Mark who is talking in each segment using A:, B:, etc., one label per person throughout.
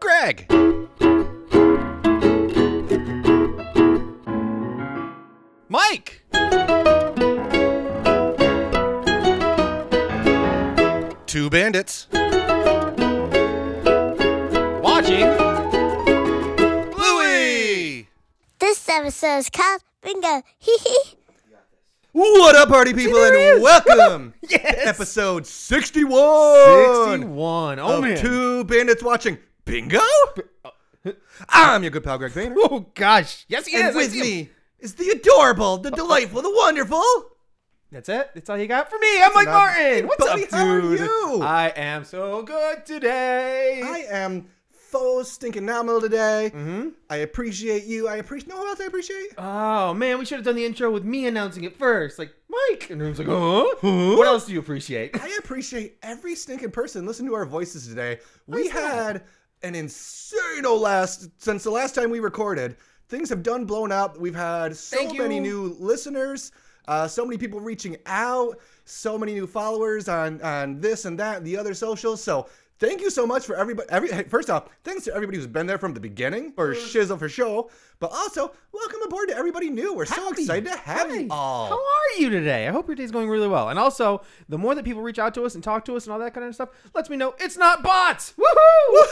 A: bag. Mike! Two bandits. Watching. Louie!
B: This episode is called Bingo. Hee hee.
C: What up, party people, and welcome to episode 61,
D: 61. Oh,
C: of
D: man. uh,
C: Two Bandits Watching Bingo. I'm your good pal, Greg Vayner.
D: Oh, gosh. Yes, he
C: and
D: is. Uh, I
C: with
D: see him.
C: me is the adorable, the delightful, the wonderful.
D: That's it. That's all you got for me. I'm Mike
C: enough.
D: Martin. What's up,
C: Bob,
D: dude?
C: how are you?
D: I am so good today.
C: I am so stinking nominal today.
D: hmm
C: I appreciate you. I appreciate. No one else I appreciate.
D: Oh, man. We should have done the intro with me announcing it first. Like, Mike. And everyone's like, huh? What else do you appreciate?
C: I appreciate every stinking person listening to our voices today. We
D: How's that?
C: had an insane old last since the last time we recorded. Things have done blown up. We've had so
D: Thank you.
C: many new listeners, uh, so many people reaching out, so many new followers on on this and that and the other socials. So thank you so much for everybody. Every hey, first off, thanks to everybody who's been there from the beginning or
D: Mm.
C: shizzle for show. But also, welcome aboard to everybody new. We're so
D: Happy.
C: excited to have
D: Hi.
C: you all.
D: How are you today? I hope your day's going really well. And also, the more that people reach out to us and talk to us and all that kind of stuff, lets me know it's not bots.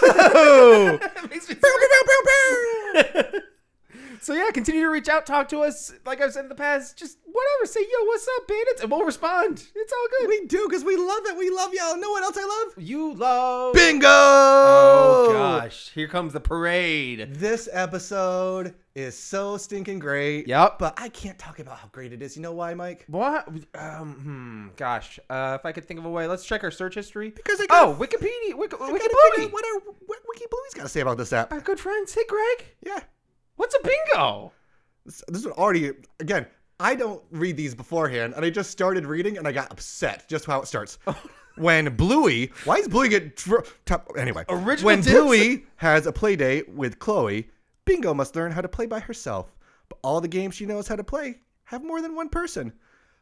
D: Woohoo! It makes me so- so yeah, continue to reach out, talk to us. Like I've said in the past, just whatever. Say yo, what's up, bandits, and we'll respond. It's all good.
C: we do because we love it. We love y'all. Know what else I love?
D: you love.
C: Bingo!
D: Oh gosh, here comes the parade.
C: This episode is so stinking great.
D: Yep.
C: But I can't talk about how great it is. You know why, Mike?
D: What? Um, hmm, gosh, uh, if I could think of a way, let's check our search history.
C: Because I
D: oh,
C: gotta-
D: Wikipedia, Wiki,
C: I gotta figure
D: Wikipedia.
C: out What are what Wiki Bluey's got to say about this app?
D: Our good friends. Hey, Greg.
C: Yeah.
D: What's a bingo?
C: This, this one already again. I don't read these beforehand, and I just started reading, and I got upset just how it starts. when Bluey, why is Bluey get dr- top, anyway?
D: Original
C: when
D: dibs.
C: Bluey has a play date with Chloe, Bingo must learn how to play by herself. But all the games she knows how to play have more than one person.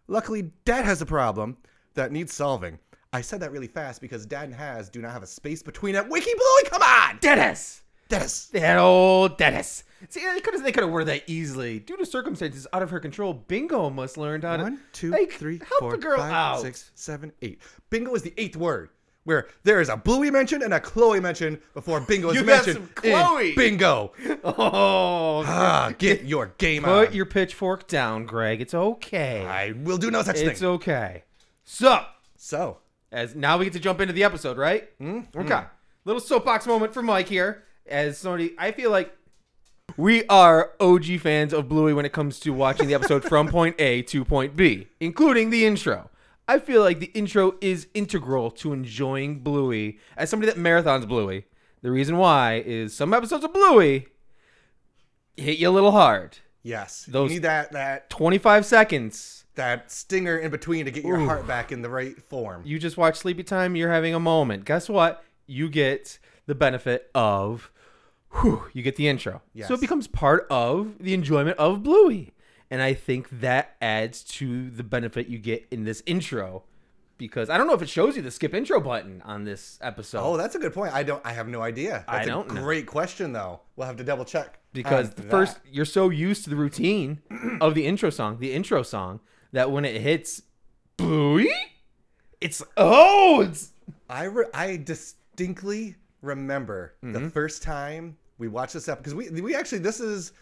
C: Luckily, Dad has a problem that needs solving. I said that really fast because Dad and Has do not have a space between it. Wiki Bluey, come on!
D: Dennis.
C: Dennis.
D: That old Dennis. See, they could have they could have worded that easily. Due to circumstances out of her control, Bingo must learn how to
C: One, two,
D: like,
C: three,
D: help
C: four,
D: a girl
C: five,
D: out.
C: six, seven, eight. Bingo is the eighth word, where there is a Bluey mention and a Chloe mention before Bingo is
D: You got
C: mentioned.
D: some
C: in
D: Chloe.
C: bingo.
D: Oh,
C: Ah, get your game
D: put
C: on.
D: your pitchfork down, Greg. It's okay.
C: I will do no such
D: it's
C: thing.
D: okay. So,
C: so,
D: as now we get to jump into the episode, right? Okay. Little soapbox moment for Mike here. As somebody, I feel like we are OG fans of Bluey when it comes to watching the episode from point A to point B, including the intro. I feel like the intro is integral to enjoying Bluey as somebody that marathons Bluey. The reason why is some episodes of Bluey hit you a little hard.
C: yes,
D: Those-
C: you need that that
D: 25 seconds.
C: that stinger in between to get your heart back in the right form.
D: You just watch Sleepy Time, you're having a moment. Guess what? You get the benefit of whew, you get the intro.
C: Yes.
D: So it becomes part of the enjoyment of Bluey. And I think that adds to the benefit you get in this intro. Because I don't know if it shows you the skip intro button on this episode.
C: oh, that's a good point. I don't. I have no idea.
D: I
C: That's
D: don't
C: a
D: know.
C: great question, though. We'll have to double check.
D: because
C: on
D: the
C: that.
D: first you're so used to the routine of the intro song, the intro song, that when it hits Bluey, it's oh it's
C: I re- I distinctly remember the first time we watched this episode because we we actually this is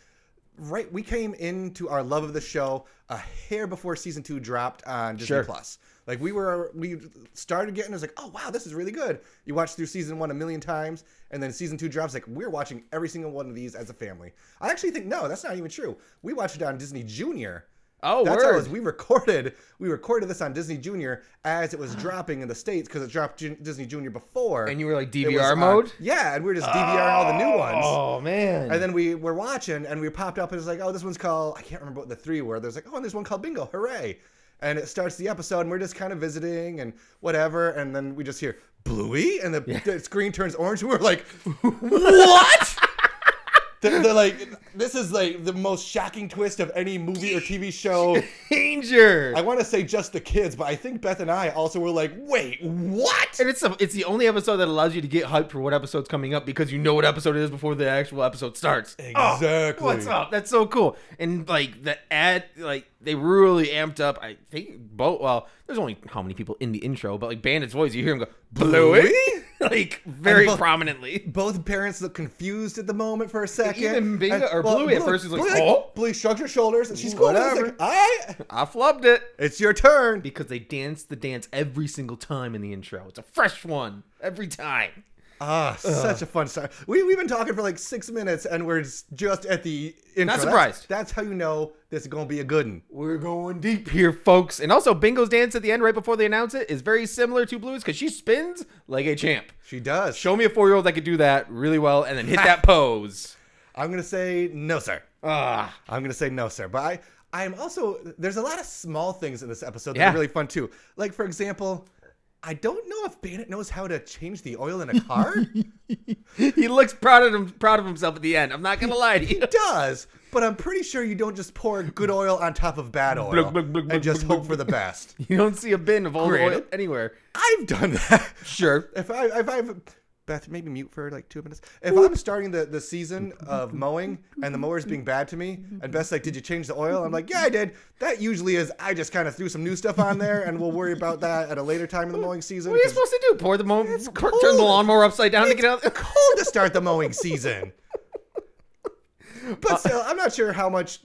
C: right we came into our love of the show a hair before season two dropped on Disney
D: Sure.
C: Plus. Like we were we started getting it was like oh wow this is really good. You watch through season one a million times and then season two drops like we're watching every single one of these as a family. I actually think no that's not even true. We watched it on Disney Junior.
D: oh
C: That's how it
D: word.
C: was. We recorded we recorded this on Disney Junior as it was dropping in the states because it dropped Ju- Disney Junior before.
D: and you were like
C: It was
D: DVR
C: on-
D: mode?
C: yeah, and we were just DVRing all the new ones.
D: Oh man!
C: And then we were watching, and we popped up, and it's like, oh, this one's called I can't remember what the three were. There's like, oh, and there's one called Bingo, hooray! And it starts the episode, and we're just kind of visiting and whatever, and then we just hear Bluey, and the, the screen turns orange, and we're like, what? They're, they're like, this is like the most shocking twist of any movie or TV show.
D: Danger.
C: I want to say just the kids, but I think Beth and I also were like, wait, what?
D: and it's a, it's the only episode that allows you to get hyped for what episode's coming up because you know what episode it is before the actual episode starts. Oh,
C: Exactly.
D: what's up? That's so cool. And like the ad, like they really amped up. I think both. Well, there's only how many people in the intro, but like Bandit's voice, you hear him go Bluey, like very
C: And both-
D: prominently.
C: Both parents look confused at the moment for a second.
D: Even Bingo-
C: And-
D: or Bluey at first is like,
C: Bluey,
D: "Oh."
C: Bluey shrugs her shoulders and she's cool. with it. It's
D: Whatever.
C: Like, I,
D: I flubbed it
C: it's your turn.
D: because they dance the dance every single time in the intro. It's a fresh one every time.
C: Ah, such a fun start. We, we've been talking for like six minutes and we're s- just at the intro. That's-
D: surprised.
C: That's, how you know this is going to be a good one.
D: We're going deep here, folks. And also, Bingo's dance at the end, right before they announce it, is very similar to Blue's because she spins like a champ.
C: She does.
D: Show me a four year old that could do that really well and then hit that pose.
C: I'm going to say no, sir.
D: Ah,
C: I'm gonna say no, sir. But I, I am also there's a lot of small things in this episode that
D: Yeah.
C: are really fun too. Like for example, I don't know if Bandit knows how to change the oil in a car.
D: he looks proud of him, proud of himself at the end. I'm not gonna lie to you.
C: Does, but I'm pretty sure you don't just pour good oil on top of bad oil
D: Glug, glug, glug, glug,
C: and just
D: glug,
C: hope for the best.
D: You don't see a bin of old oil
C: Granted.
D: anywhere.
C: I've done that.
D: Sure.
C: If I if I've Beth, maybe mute for like two minutes. If I'm starting the, the season of mowing and the mower's being bad to me, and Beth's like, Did you change the oil? I'm like, Yeah, I did. That usually is I just kind of threw some new stuff on there and we'll worry about that at a later time in the mowing season.
D: What are you
C: 'cause
D: supposed to do? Pour the mo- pour- turn
C: cold.
D: the lawnmower upside down to get out.
C: it's cold to start the mowing season. But still, I'm not sure how much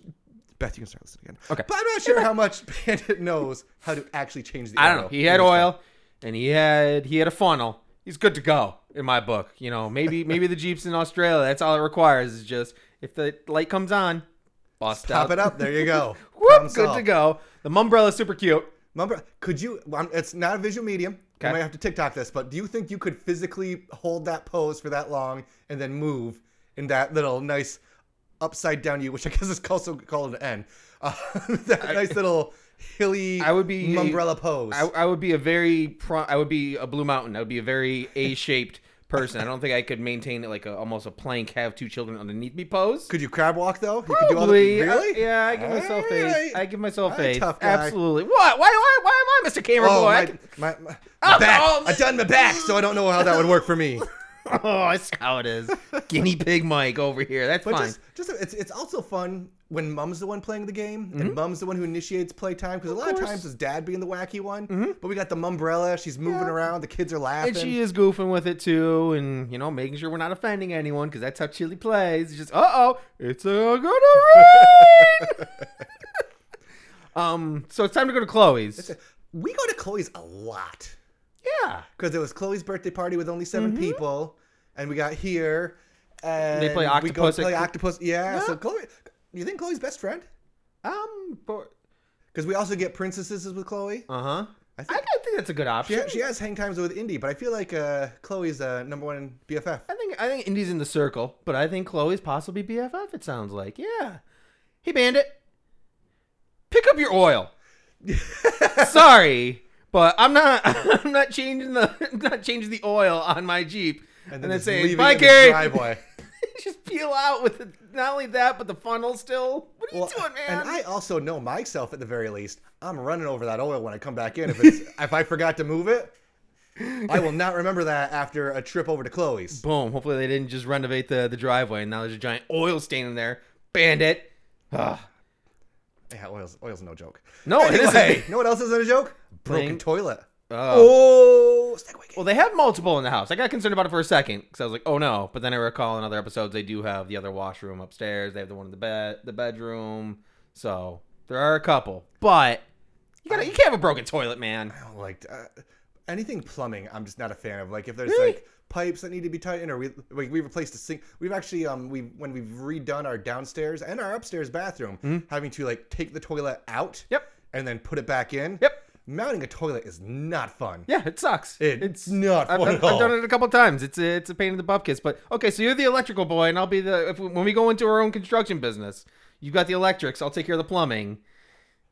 C: Beth, you can start listening again.
D: Uh, Okay.
C: But I'm not sure how much Bandit knows how to actually change the
D: I
C: oil.
D: don't know. He had oil, and he had he had a funnel. He's good to go in my book. You know, maybe maybe the jeeps in Australia. That's all it requires is just if the light comes on, bust
C: Top it up. There you go.
D: Whoop,
C: Problem
D: good to
C: solved.
D: go. The umbrella super cute.
C: Remember, could you? well, I'm- It's not a visual medium. I
D: Okay.
C: might have to TikTok this, but do you think you could physically hold that pose for that long and then move in that little nice upside down U, which I guess is also called an N, uh, that nice little hilly
D: I would be-
C: umbrella pose?
D: I, I would be a very pro, I would be a blue mountain. I would be a very A shaped person. I don't think I could maintain like a, almost a plank, have two children underneath me pose.
C: could you crab walk though? You could do all the-
D: Probably. I-
C: really?
D: yeah, I give myself
C: All
D: faith.
C: right.
D: I give myself
C: All right,
D: faith.
C: tough guy.
D: Absolutely. What? Why? Why? Why am I Mr. Camera
C: Oh,
D: Boy? I
C: my,
D: can-
C: my, my,
D: Oh,
C: back.
D: oh,
C: I've done my back, so I don't know how that would work for me.
D: Oh, I see how it is. Guinea pig Mike over here. That's
C: But
D: fine.
C: just, just it's it's also fun when mom's the one playing the game and mom's the one who initiates playtime because a lot of
D: Mm-hmm. course. Mm-hmm.
C: times it's dad being the wacky one. But we got the mumbrella; she's moving around, the kids are laughing.
D: and she is goofing with it too, and you know, making sure we're not offending anyone because that's how Chili plays. It's just, uh oh, it's uh, gonna rain. um, so it's time to go to Chloe's.
C: we go to Chloe's a lot
D: Yeah,
C: because it was Chloe's birthday party with only 7
D: Mm-hmm.
C: people, and we got here. And
D: play
C: We go
D: octopus at
C: play
D: Cl-
C: octopus. Yeah, So
D: Yeah.
C: Chloe, you think Chloe's best friend?
D: um, but
C: Because we also get princesses with Chloe.
D: uh huh.
C: I
D: I
C: think-
D: think, I, think that's a good
C: She,
D: option.
C: ha- she has hang times with Indy, but I feel like uh, Chloe's uh, number one BFF.
D: I think I think Indy's in the circle, but I think Chloe's possibly BFF. It sounds like, yeah. Hey, Bandit, pick up your oil. Sorry, but I'm not I'm not changing the I'm not changing the oil on my Jeep. And then,
C: just
D: saying,
C: leaving
D: "Bye,
C: it in the
D: Carrie."
C: driveway.
D: Just peel out with the, not only that, but the funnel still. What are
C: Well,
D: you doing, man?
C: And I also know myself at the very least. I'm running over that oil when I come back in. If it's, if I forgot to move it, I will not remember that after a trip over to Chloe's.
D: Boom. Hopefully they didn't just renovate the, the driveway and now there's a giant oil stain in there. Bandit. Ugh.
C: Yeah, oil's oil's no joke.
D: No, it isn't.
C: Anyway, know what else isn't a joke? Broken
D: Bling.
C: toilet.
D: Ugh.
C: Oh, segue game.
D: Well, they have multiple in the house. I got concerned about it for a second because I was like, "Oh no!" But then I recall in other episodes they do have the other washroom upstairs. They have the one in the bed, the bedroom. So there are a couple, but you gotta, you can't have a broken toilet, man.
C: I don't like uh, anything plumbing. I'm just not a fan of. Like if there's
D: Really?
C: like pipes that need to be tightened, or we like we replaced a sink. We've actually um we when we've redone our downstairs and our upstairs bathroom, having to like take the toilet out.
D: Mm-hmm. Yep.
C: And then put it back in.
D: Yep.
C: Mounting a toilet is not fun.
D: Yeah, it sucks.
C: It's not
D: I've,
C: fun at
D: I've, I've done
C: all.
D: it a couple times. It's a, it's a pain in the butt kiss. But okay, so you're the electrical boy, and I'll be the if we, when we go into our own construction business. You've got the electrics. I'll take care of the plumbing.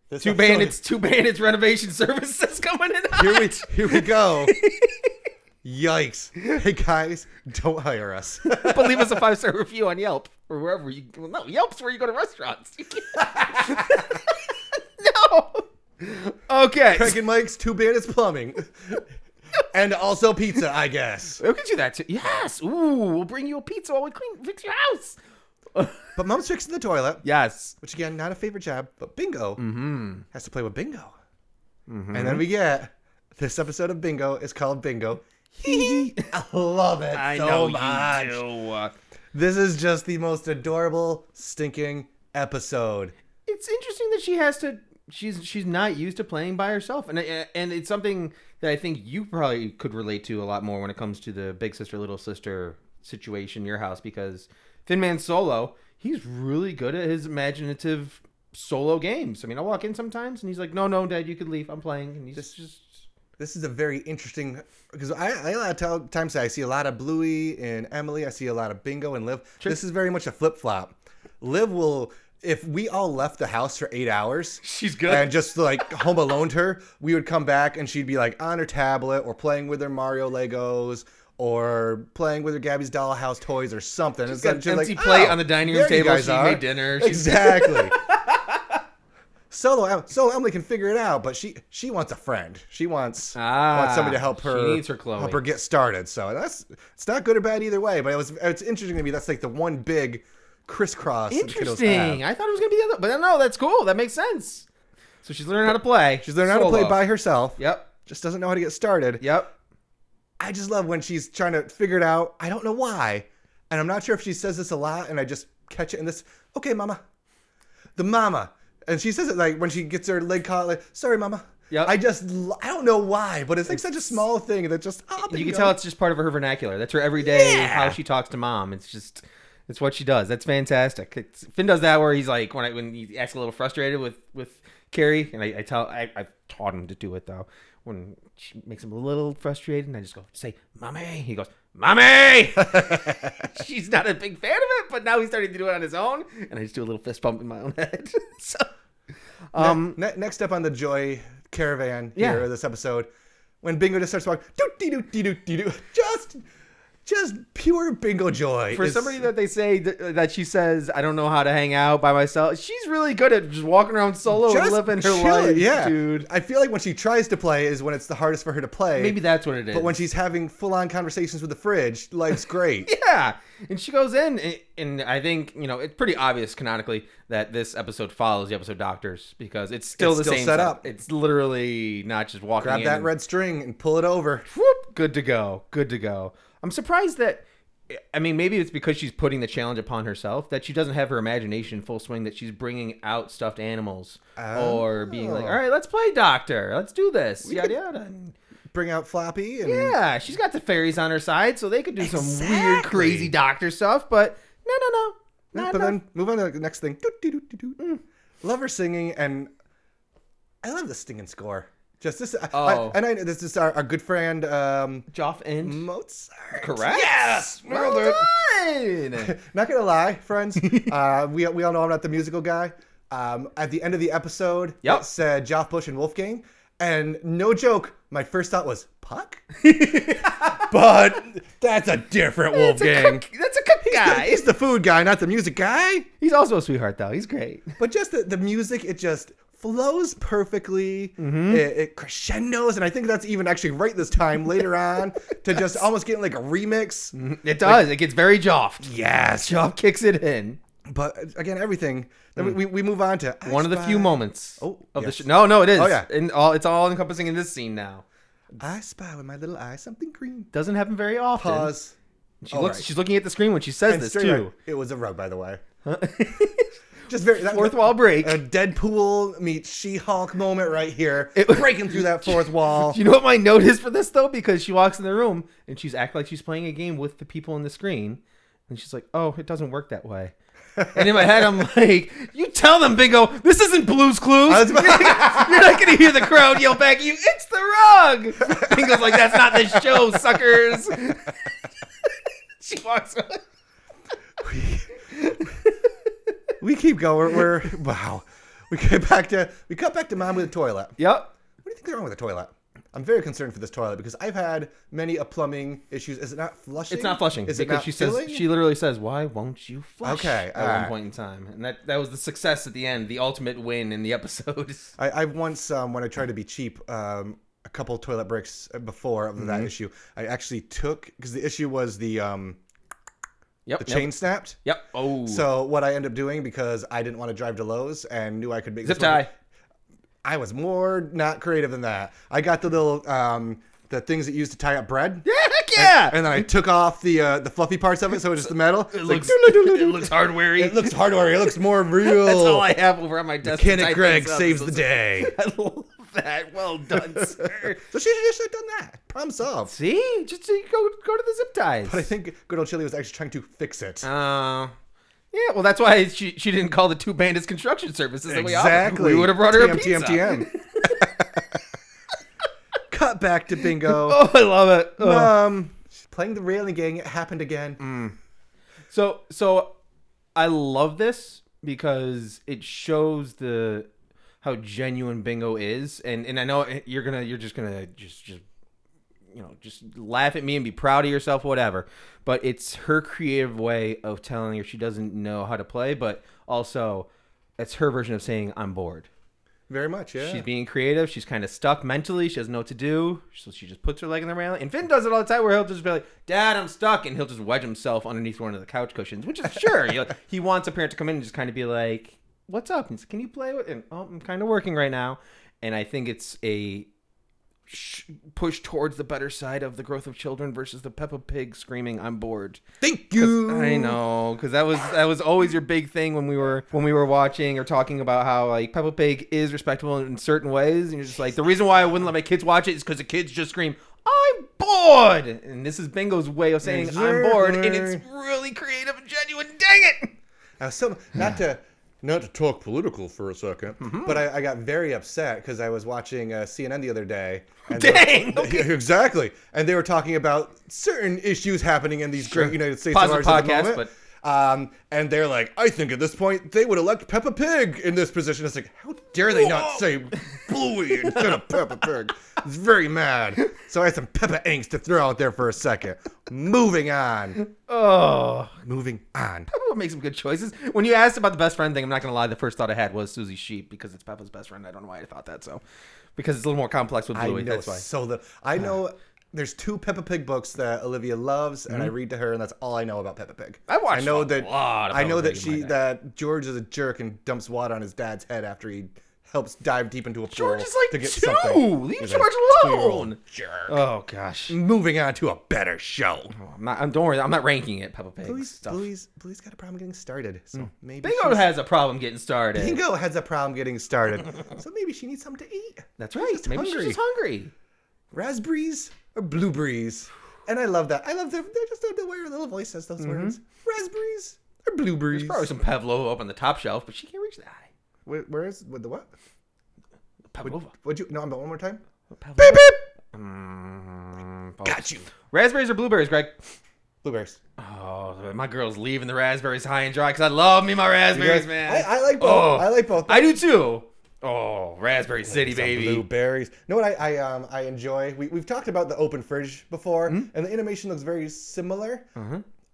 C: This
D: Two
C: episode-
D: bandits. Two bandits. Renovation services coming in.
C: Here we
D: hot.
C: here we go. Yikes! Hey guys, don't hire us.
D: but leave us a five star review on Yelp. or wherever you. Well, no, Yelp's where you go to restaurants. You can't- no. Okay.
C: Craig and Mike's Two Bandits Plumbing. and also pizza, I guess.
D: We could do that too. Yes. Ooh, we'll bring you a pizza while we clean, fix your house.
C: But mom's fixing the toilet,
D: Yes.
C: which again, not a favorite job, but Bingo has to play with Bingo. And then we get this episode of Bingo is called Bingo. I love it so much.
D: do.
C: This is just the most adorable stinking episode.
D: It's interesting that she has to. She's she's not used to playing by herself, and and it's something that I think you probably could relate to a lot more when it comes to the big sister little sister situation in your house because Thin Man Solo he's really good at his imaginative solo games. I mean, I walk in sometimes and he's like, "No, no, Dad, you could leave. I'm playing," and he's just
C: This is a very interesting because I, I a lot of tel- times I see a lot of Bluey and Emily. I see a lot of Bingo and Liv. This is very much a flip flop. Liv will if we all left the house for eight hours.
D: she's
C: And just like home alone her, we would come back and she'd be like on her tablet or playing with her Mario Legos or playing with her Gabby's dollhouse toys or something. It's
D: got
C: like,
D: an
C: she's
D: empty plate
C: "Oh,
D: on the dining room
C: there you
D: table.
C: guys
D: She
C: are."
D: made dinner. She's-
C: Exactly. Solo, Em- Solo Emily can figure it out, but she she wants a friend. She wants
D: Ah,
C: wants somebody to help
D: she
C: her.
D: needs her Chloe.
C: Help her get started. So that's it's not good or bad either way. But it was it's interesting to me. That's like the one big crisscross. that the kiddos have.
D: Interesting. I thought it was gonna be the other, but no, that's cool. That makes sense. So she's learning how to play.
C: She's learning how to play
D: solo.
C: by herself.
D: Yep.
C: Just doesn't know how to get started.
D: Yep.
C: I just love when she's trying to figure it out. I don't know why. And I'm not sure if she says this a lot and I just catch it in this, okay, mama. The mama. And she says it like when she gets her leg caught, like, sorry, mama.
D: Yep.
C: I just, l- I don't know why, but it's like such a small thing that just, oh,
D: You
C: bingo.
D: can tell it's just part of her vernacular. That's her everyday
C: Yeah.
D: how she talks to mom. It's just it's what she does. That's fantastic. It's, Finn does that where he's like when I when he acts a little frustrated with with Carrie, and I, I tell I I taught him to do it though. When she makes him a little frustrated, and I just go say "mommy," he goes "mommy." She's not a big fan of it, but now he's starting to do it on his own, and I just do a little fist bump in my own head. so, um,
C: Ne- next up on the joy caravan
D: Yeah.
C: here of this episode, when Bingo just starts walking, doot dee doot dee doot dee doot, just, just pure Bingo joy.
D: for
C: It's-
D: somebody that they say th- that she says I don't know how to hang out by myself, she's really good at just walking around solo Oh, and
C: just
D: living her
C: chill,
D: life,
C: yeah.
D: dude.
C: I feel like when she tries to play is when it's the hardest for her to play.
D: Maybe that's what it is.
C: But when she's having full on conversations with the fridge, life's great.
D: yeah, and she goes in, and, and I think you know it's pretty obvious canonically that this episode follows the episode Doctors because it's still
C: It's
D: the
C: still
D: same
C: set
D: setup.
C: up.
D: It's literally not just walking.
C: Grab
D: in
C: that
D: and-
C: red string and pull it over.
D: whoop, good to go, good to go. I'm surprised that, I mean, maybe it's because she's putting the challenge upon herself that she doesn't have her imagination in full swing. That she's bringing out stuffed animals or being like,
C: Oh.
D: all right, let's play doctor, let's do this, yada yada. And
C: Bring out Floppy and
D: yeah, she's got the fairies on her side, so they could do some weird,
C: Exactly.
D: crazy doctor stuff. But no, no, no, not
C: but
D: enough. Mm.
C: then move on to the next thing. Doot, doot, doot, doot, doot. Love her singing and I love the stinging score. Just this I- I-
D: Oh.
C: and I know this is our, our good friend um
D: Joff and
C: Mozart.
D: correct.
C: Yes.
D: well,
C: Well done.
D: done.
C: Not gonna lie, friends. uh, we we all know I'm not the musical guy. Um, at the end of the episode,
D: Yep.
C: it said Joff Bush and Wolfgang, and no joke, my first thought was Puck. but that's a different
D: That's a
C: Wolfgang.
D: cook- that's a cook guy.
C: He's the food guy, not the music guy.
D: He's also a sweetheart, though. He's great.
C: But just the, the music, it just flows perfectly.
D: Mm-hmm.
C: It, it crescendos, and I think that's even actually right this time later on to just almost getting like a remix.
D: It does. it gets very joffed.
C: Yes,
D: Joff kicks it in.
C: but uh, again, everything. Then we, we move on to I
D: Mm. One of the few
C: Spy-
D: moments.
C: Oh,
D: of
C: yes.
D: the sh- no, no, it is.
C: Oh, yeah.
D: and all it's all encompassing in this scene now.
C: I spy with my little eye something green.
D: Doesn't happen very often.
C: Pause.
D: She
C: All
D: looks.
C: right.
D: She's looking at the screen when she says
C: And
D: this
C: straight
D: too.
C: away- It was a rug, by the way. Just very that,
D: Fourth wall break.
C: A Deadpool meets She-Hulk moment right here.
D: It-
C: breaking through that fourth wall.
D: Do you know what my note is for this though? Because she walks in the room and she's acting like she's playing a game with the people on the screen, and she's like, "Oh, it doesn't work that way." And in my head, I'm like, "You tell them, Bingo, this isn't Blue's Clues.
C: was about-
D: You're not gonna hear the crowd yell back at you. It's the rug." Bingo's like, "That's not the show, suckers." she walks. away.
C: we keep going. We're wow. We get back to we cut back to mom with the toilet. What
D: Yep.
C: do you think's wrong with the toilet? I'm very concerned for this toilet because I've had many a plumbing issues. Is it not flushing?
D: It's not flushing
C: Is it
D: because
C: not
D: she
C: filling?
D: says she literally says, "Why won't you flush?"
C: Okay,
D: at one
C: alright.
D: point in time, and that that was the success at the end, the ultimate win in the episode.
C: I, I once, um, when I tried to be cheap, um, a couple toilet breaks uh, before of
D: Mm-hmm.
C: that issue, I actually took because the issue was the um,
D: yep,
C: the
D: yep,
C: chain snapped.
D: Yep. Oh,
C: So what I ended up doing because I didn't want to drive to Lowe's and knew I could make
D: zip
C: this work-
D: tie.
C: I was more not creative than that. I got the little um, the things that you use to tie up bread. Yeah,
D: Heck yeah!
C: And then I took off the uh, the fluffy parts of it, so it was just the metal. It's
D: it
C: like,
D: looks
C: "Doo-doo-doo-doo."
D: it looks hardware.
C: it looks hardware. It looks more real.
D: That's all I have over on my desk. to
C: Kenneth
D: type
C: Gregg
D: things up.
C: saves
D: So-
C: the day.
D: I love that. Well done, sir.
C: So she should have done that. Problem solved.
D: See, just you go go to the zip ties.
C: But I think good old Chili was actually trying to fix it.
D: Uh, yeah, well, that's why she she didn't call the two bandits construction services that we offered.
C: exactly.
D: We would have brought her a
C: TM,
D: pizza.
C: TM, TM. Cut back to bingo.
D: Oh, I love it. Oh. Mm.
C: Um, playing the railing gang. It happened again.
D: So so I love this because it shows the how genuine bingo is and and I know you're going to you're just going to just just you know just laugh at me and be proud of yourself whatever but it's her creative way of telling her she doesn't know how to play but also it's her version of saying I'm bored.
C: Very much. Yeah.
D: She's being creative. She's kind of stuck mentally. She doesn't know what to do. So she just puts her leg in the railing. And Finn does it all the time where he'll just be like, Dad, I'm stuck. And he'll just wedge himself underneath one of the couch cushions, which is sure. you know, he wants a parent to come in and just kind of be like, What's up? And he's, Can you play with And oh, I'm kind of working right now. And I think it's a sh- push towards the better side of the growth of children versus the Peppa Pig screaming, I'm bored.
C: Thank you.
D: I know, because that was that was always your big thing when we were when we were watching or talking about how like Peppa Pig is respectable in certain ways, and you're just like the reason why I wouldn't let my kids watch it is because the kids just scream, "I'm bored," and this is Bingo's way of saying "I'm bored," and it's really creative and genuine. Dang it!
C: I was so not to not to talk political for a 2nd
D: Mm-hmm.
C: but I, I got very upset because I was watching uh, CNN the other day. And they were-
D: Dang,
C: Yeah, exactly, and they were talking about certain issues happening in these great United States of
D: Positive
C: ours at the
D: podcast,
C: moment. Um, and they're like, I think at this point they would elect Peppa Pig in this position. It's like, how dare they not say Bluey instead of Peppa Pig? It's very mad. So I had some Peppa angst to throw out there for a second. Moving on.
D: Oh,
C: Moving on.
D: Peppa makes some good choices. When you asked about the best friend thing, I'm not gonna lie. The first thought I had was Susie Sheep because it's Peppa's best friend. I don't know why I thought that so, because it's a little more complex with
C: I
D: Bluey.
C: know
D: That's why.
C: so little. I know there's two Peppa Pig books that Olivia loves, and I read to her, and that's all I know about Peppa Pig.
D: I Mm-hmm. watched
C: know
D: a
C: that.
D: lot of
C: I
D: Peppa
C: know that
D: Pig in my
C: she
D: day.
C: that George is a jerk and dumps water on his dad's head after he helps dive deep into a pool
D: George is like
C: to get
D: two.
C: something.
D: Leave
C: He's a
D: George
C: two-year-old
D: alone.
C: Jerk. Uh,
D: Oh gosh.
C: Moving on to a better show.
D: I'm not, I'm, don't worry, I'm not ranking it. Peppa Pig
C: Blue's,
D: Oh, stuff. Hmm.
C: Blue's, Blue's got a problem getting started, so maybe
D: Bingo
C: she's-
D: has a problem getting started.
C: Bingo has a problem getting started, so maybe she needs something to eat.
D: That's
C: She's
D: right.
C: just
D: Maybe
C: hungry.
D: she's just hungry.
C: raspberries or blueberries. And I love that. I love the, they're just the way her little voice says those words. Raspberries or blueberries.
D: There's probably some Pavlova up on the top shelf, but she can't reach that high.
C: Where, where is what, the what?
D: Pavlova.
C: Would you? No, I'm one more time.
D: Pavlova.
C: Beep beep.
D: Mm, Pavlova.
C: Got you.
D: Raspberries or blueberries, Greg?
C: Blueberries.
D: Oh, my girl's leaving the raspberries high and dry because I love me my raspberries,
C: Yes,
D: man.
C: I, I like both.
D: Oh,
C: I like both.
D: I do too. Oh, Raspberry City,
C: Some
D: baby.
C: Blueberries. You know what I, I um I enjoy? We we've talked about the open fridge before, and the animation looks very similar.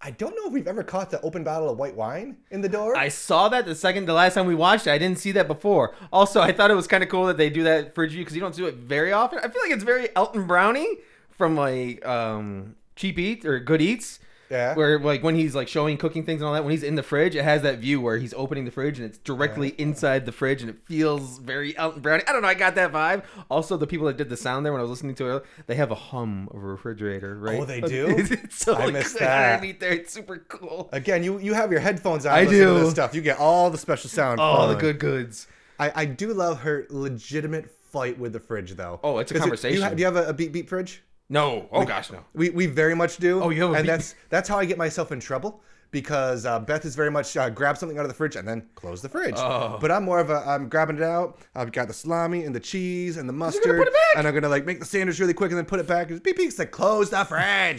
C: I don't know if we've ever caught the open bottle of white wine in the door.
D: I saw that the second the last time we watched it. I didn't see that before. Also, I thought it was kind of cool that they do that for you because you don't do it very often. I feel like it's very Elton Brownie from like um, Cheap Eats or Good Eats.
C: Yeah.
D: Where like when he's like showing cooking things and all that, when he's in the fridge, it has that view where he's opening the fridge and it's directly inside the fridge and it feels very Elton Brownie. I don't know, I got that vibe. Also, the people that did the sound there when I was listening to it, they have a hum of a refrigerator, right?
C: Oh, they do?
D: it's so
C: I
D: like,
C: missed that.
D: underneath there. It's super cool.
C: Again, you you have your headphones on.
D: I
C: listening To
D: do.
C: this stuff. You get all the special sound.
D: Oh, the
C: from-
D: good goods.
C: I, I do love her legitimate fight with the fridge, though.
D: Oh, it's
C: 'Cause do
D: a
C: you ha-
D: conversation.
C: do you have a, a beep beep fridge?
D: No. Oh gosh, no.
C: We, we very much do.
D: Oh, you have a
C: and
D: beep-
C: that's that's how I get myself in trouble because uh, Beth is very much uh, grab something out of the fridge and then close the fridge.
D: Oh.
C: But I'm more of a I'm grabbing it out. I've got the salami and the cheese and the mustard,
D: put it back.
C: and I'm gonna like make the sandwich really quick and then put it back. Beep beep. It's like close the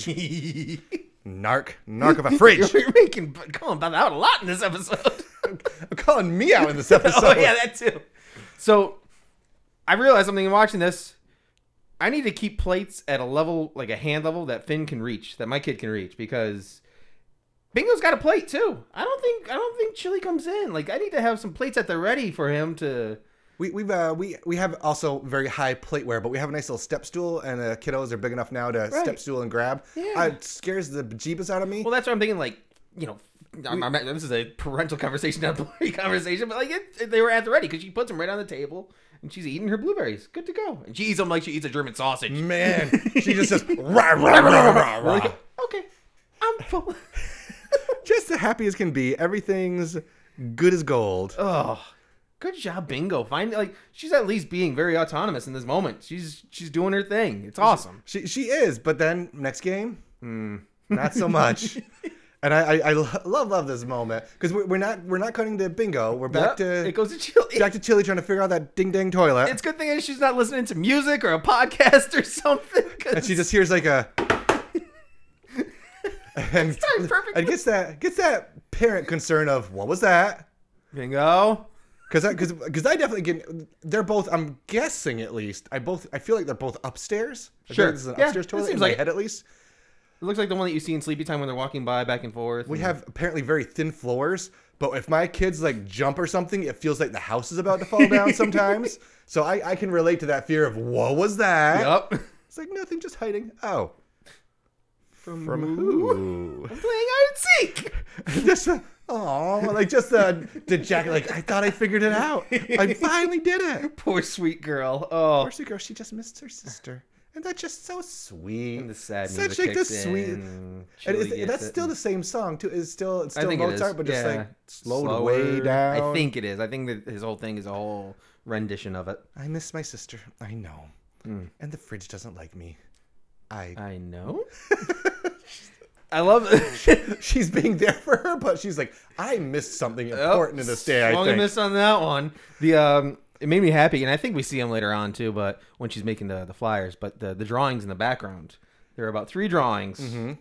C: fridge. narc, narc of a fridge.
D: You're making calling Beth out a lot in this episode.
C: I'm calling me out in this episode.
D: oh yeah, that too. So I realized something in watching this. I need to keep plates at a level, like a hand level that Finn can reach, that my kid can reach, because Bingo's got a plate too. I don't think I don't think chili comes in. Like I need to have some plates at the ready for him to.
C: We we've uh, we we have also very high plateware, but we have a nice little step stool, and uh, kiddos are big enough now to step stool and grab.
D: Yeah.
C: Uh, it scares the bejeebus out of me.
D: Well, that's what I'm thinking. Like you know, I'm, I'm, this is a parental conversation, not a employee conversation, but like it, they were at the ready because she puts them right on the table and she's eating her blueberries. Good to go. And she eats them like she eats a German sausage.
C: Man, she just says rah rah rah rah
D: We're
C: rah.
D: like, okay, I'm full.
C: Just the happiest can be. Everything's good as gold.
D: Oh, good job, Bingo. Find like she's at least being very autonomous in this moment. She's she's doing her thing. It's awesome.
C: She she is, but then next game, Hmm, not so much. and I, I I lo- love love this moment because we're, we're not we're not cutting to bingo. We're back
D: Yep,
C: to
D: it goes to chill.
C: back to Chili trying to figure out that ding dang toilet.
D: it's a good thing that she's not listening to music or a podcast or something. 'cause-
C: and she just hears like a and,
D: timed perfectly.
C: and gets that gets that parent concern of what was that
D: Bingo.
C: because because because I definitely get they're both I'm guessing at least I both I feel like they're both upstairs I feel
D: Sure.
C: like this is an
D: Yeah,
C: upstairs
D: it
C: toilet
D: seems
C: in
D: like-
C: my head at least
D: It looks like the one that you see in Sleepy Time when they're walking by back and forth.
C: we have apparently very thin floors but if my kids like jump or something it feels like the house is about to fall down sometimes so I I can relate to that fear of what was that
D: Yep.
C: it's like nothing just hiding oh
D: From,
C: from who.
D: playing hide and seek.
C: just oh like just the dejected like i thought i figured it out i finally did it
D: Poor sweet girl. Oh,
C: Mercy girl she just missed her sister and that's just so sweet
D: the sad
C: such
D: music
C: like the
D: kicks
C: sweet
D: in.
C: and
D: Chili
C: it's-
D: gets
C: that's
D: it.
C: still the same song too it's still it's
D: I
C: still
D: think it
C: mozart
D: is.
C: but just
D: Yeah.
C: like slowed way
D: Slower.
C: down
D: I think it is. I think that his whole thing is a whole rendition of it.
C: i miss my sister i know
D: Hmm.
C: and the fridge doesn't like me i
D: I know. I love
C: she's being there for her but she's like i missed something
D: Oh,
C: important in this day i
D: Long
C: think
D: miss on that one. The um, it made me happy, and I think we see him later on too. But when she's making the the flyers, but the the drawings in the background, there are about three drawings.
C: Mm-hmm.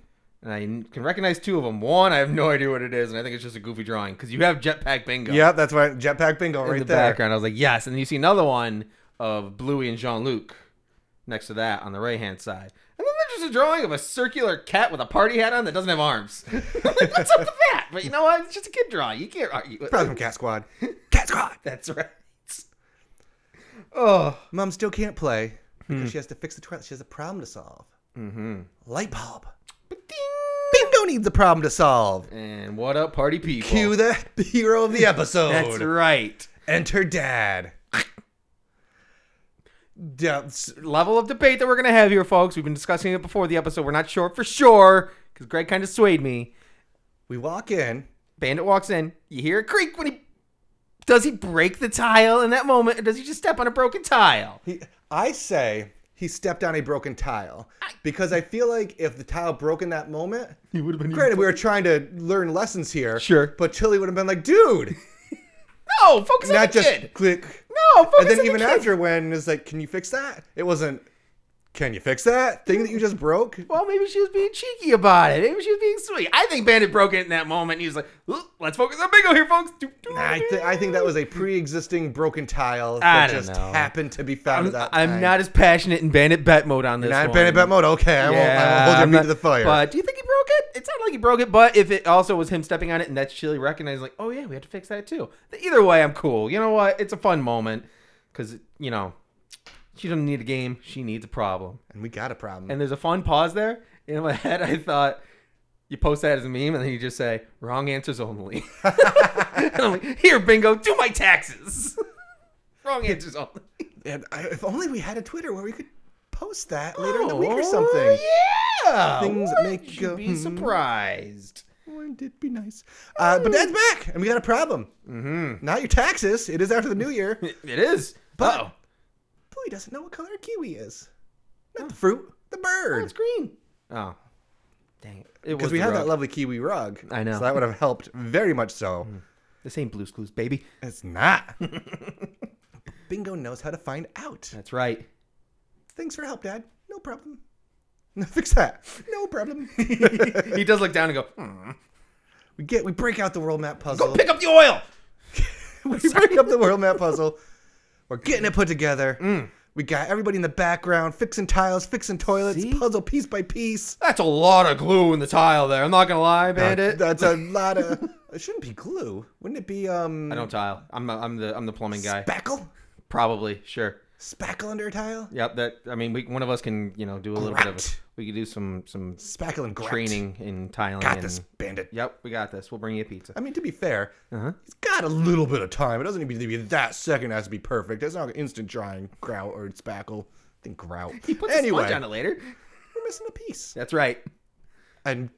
D: And I can recognize two of them. One, I have no idea what it is, and I think it's just a goofy drawing because you have Jetpack Bingo
C: yep that's why jetpack bingo
D: in
C: right
D: the
C: there
D: background. I was like, yes. And then you see another one of Bluey and Jean Luc next to that on the right hand side. And then there's just a drawing of a circular cat with a party hat on that doesn't have arms. I'm like, what's up with that? But you know what? It's just a kid drawing. You can't argue with
C: probably
D: it.
C: from cat squad cat squad
D: That's right. Oh,
C: Mom still can't play
D: Hmm.
C: because she has to fix the toilet. She has a problem to solve. Mm-hmm. Light bulb. Bingo needs a problem to solve.
D: and what up, party people?
C: Cue the hero of the episode.
D: That's right.
C: Enter dad. yeah, s-
D: Level of debate that we're going to have here, folks. We've been discussing it before the episode. We're not sure for sure because Greg kind of swayed me.
C: we walk in.
D: Bandit walks in. You hear a creak when he. Does he break the tile in that moment, or does he just step on a broken tile?
C: He, I say he stepped on a broken tile because I feel like if the tile broke in that moment,
D: He would have been
C: granted, we were trying to learn lessons here.
D: Sure.
C: But Tilly would have been like, dude,
D: No, focus on
C: not
D: the
C: just
D: kid.
C: click.
D: No, focus
C: and then
D: on
C: even
D: the kid.
C: after when it's like, can you fix that? It wasn't, can you fix that thing that you just broke?
D: Well, maybe she was being cheeky about it. Maybe she was being sweet. I think Bandit broke it in that moment. He was like, "Look, "Let's focus on Bingo here, folks." Doo, doo,
C: I,
D: doo.
C: th- I think that was a pre-existing broken tile
D: I
C: that
D: don't
C: just
D: know.
C: happened to be found
D: I'm,
C: at that
D: I'm
C: time.
D: not as passionate in Bandit bet mode on this.
C: Not
D: one.
C: Bennett Mode. Okay, I won't, I won't hold your
D: I'm
C: feet
D: not-
C: to the fire.
D: But do you think he broke it? It sounded like he broke it, but if it also was him stepping on it and that's chilly recognizing, like, oh yeah, we had to fix that too. Either way, I'm cool. You know what? It's a fun moment because, you know, she doesn't need a game. She needs a problem.
C: and we got a problem.
D: And there's a fun pause there. In my head, I thought, you post that as a meme and then you just say, wrong answers only. and I'm like, here, bingo, do my taxes. wrong answers only.
C: And I, if only we had a Twitter where we could post that later in the
D: Oh,
C: week or something.
D: Yeah.
C: Things that
D: Wouldn't
C: make
D: you
C: go,
D: be
C: hmm.
D: surprised.
C: Wouldn't Oh, it be nice? Uh,
D: Oh.
C: but Dad's back, and we got a problem. Mm-hmm. Not your taxes. It is after the new year.
D: It is.
C: But-
D: Uh-oh.
C: Bluey doesn't know what color a kiwi is. Not the fruit, the bird.
D: it's green. Oh, dang it! It was
C: Because we
D: the
C: have
D: rug.
C: that lovely kiwi rug.
D: I know. Hmm.
C: So that would have helped very much so.
D: This ain't Blue's Clues, baby.
C: It's not. Bingo knows how to find out.
D: That's right.
C: Thanks for help, Dad. No problem. No, fix that. No problem.
D: he does look down and go, hmm,
C: we get we break out the world map
D: "Go
C: puzzle.
D: pick up the oil." Hmm.
C: we break up the world map puzzle. We're getting it put together. We got everybody in the background fixing tiles, fixing toilets,
D: See?
C: puzzle piece by piece.
D: That's a lot of glue in the tile there. I'm not gonna lie, Bandit.
C: That's a lot of. It shouldn't be glue. Wouldn't it be um?
D: I don't tile. I'm a, I'm the I'm the plumbing guy.
C: Spackle.
D: Probably, sure.
C: Spackle under a tile.
D: Yep. That I mean, we, one of us can you know do a little bit of.
C: Correct.
D: A, we could do some some
C: Spackle and grit.
D: training in tiling.
C: Got
D: and,
C: this bandit.
D: Yep, we got this. We'll bring you a pizza.
C: I mean, to be fair,
D: Uh-huh.
C: he's got a little bit of time. It doesn't even need to be that second. It has to be perfect. That's not instant drying, grout or spackle. I think grout.
D: He puts a
C: anyway,
D: sponge on it later.
C: we're missing a piece.
D: That's right.
C: And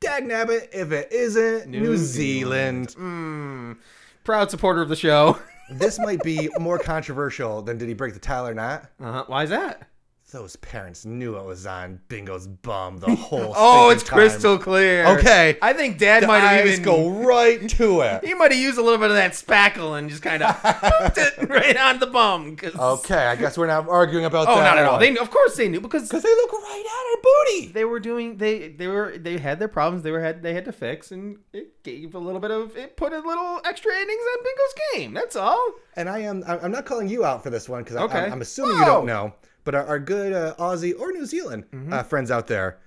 C: dagnabbit, if it isn't New, Zealand, Mm.
D: Proud supporter of the show.
C: this might be more controversial than did he break the tile or not.
D: Uh-huh. Why is that?
C: Those parents knew it was on Bingo's bum the whole.
D: Oh,
C: stinking
D: it's
C: time.
D: crystal clear.
C: Okay.
D: I think Dad
C: The
D: might have
C: eyes
D: even
C: go right to it.
D: He might have used a little bit of that spackle and just kind of popped it right on the bum. 'cause-
C: Okay, I guess we're not arguing about
D: Oh,
C: that.
D: not at all. They knew, of course they knew because
C: because they look right at her booty.
D: they were doing they they were they had their problems they were had they had to fix and it gave a little bit of it put a little extra innings on Bingo's game. That's all.
C: And I am. I- I'm not calling you out for this one because
D: Okay.
C: I'm, I'm assuming you
D: Oh.
C: don't know. But our, our good uh, Aussie or New Zealand uh,
D: Mm-hmm.
C: friends out there,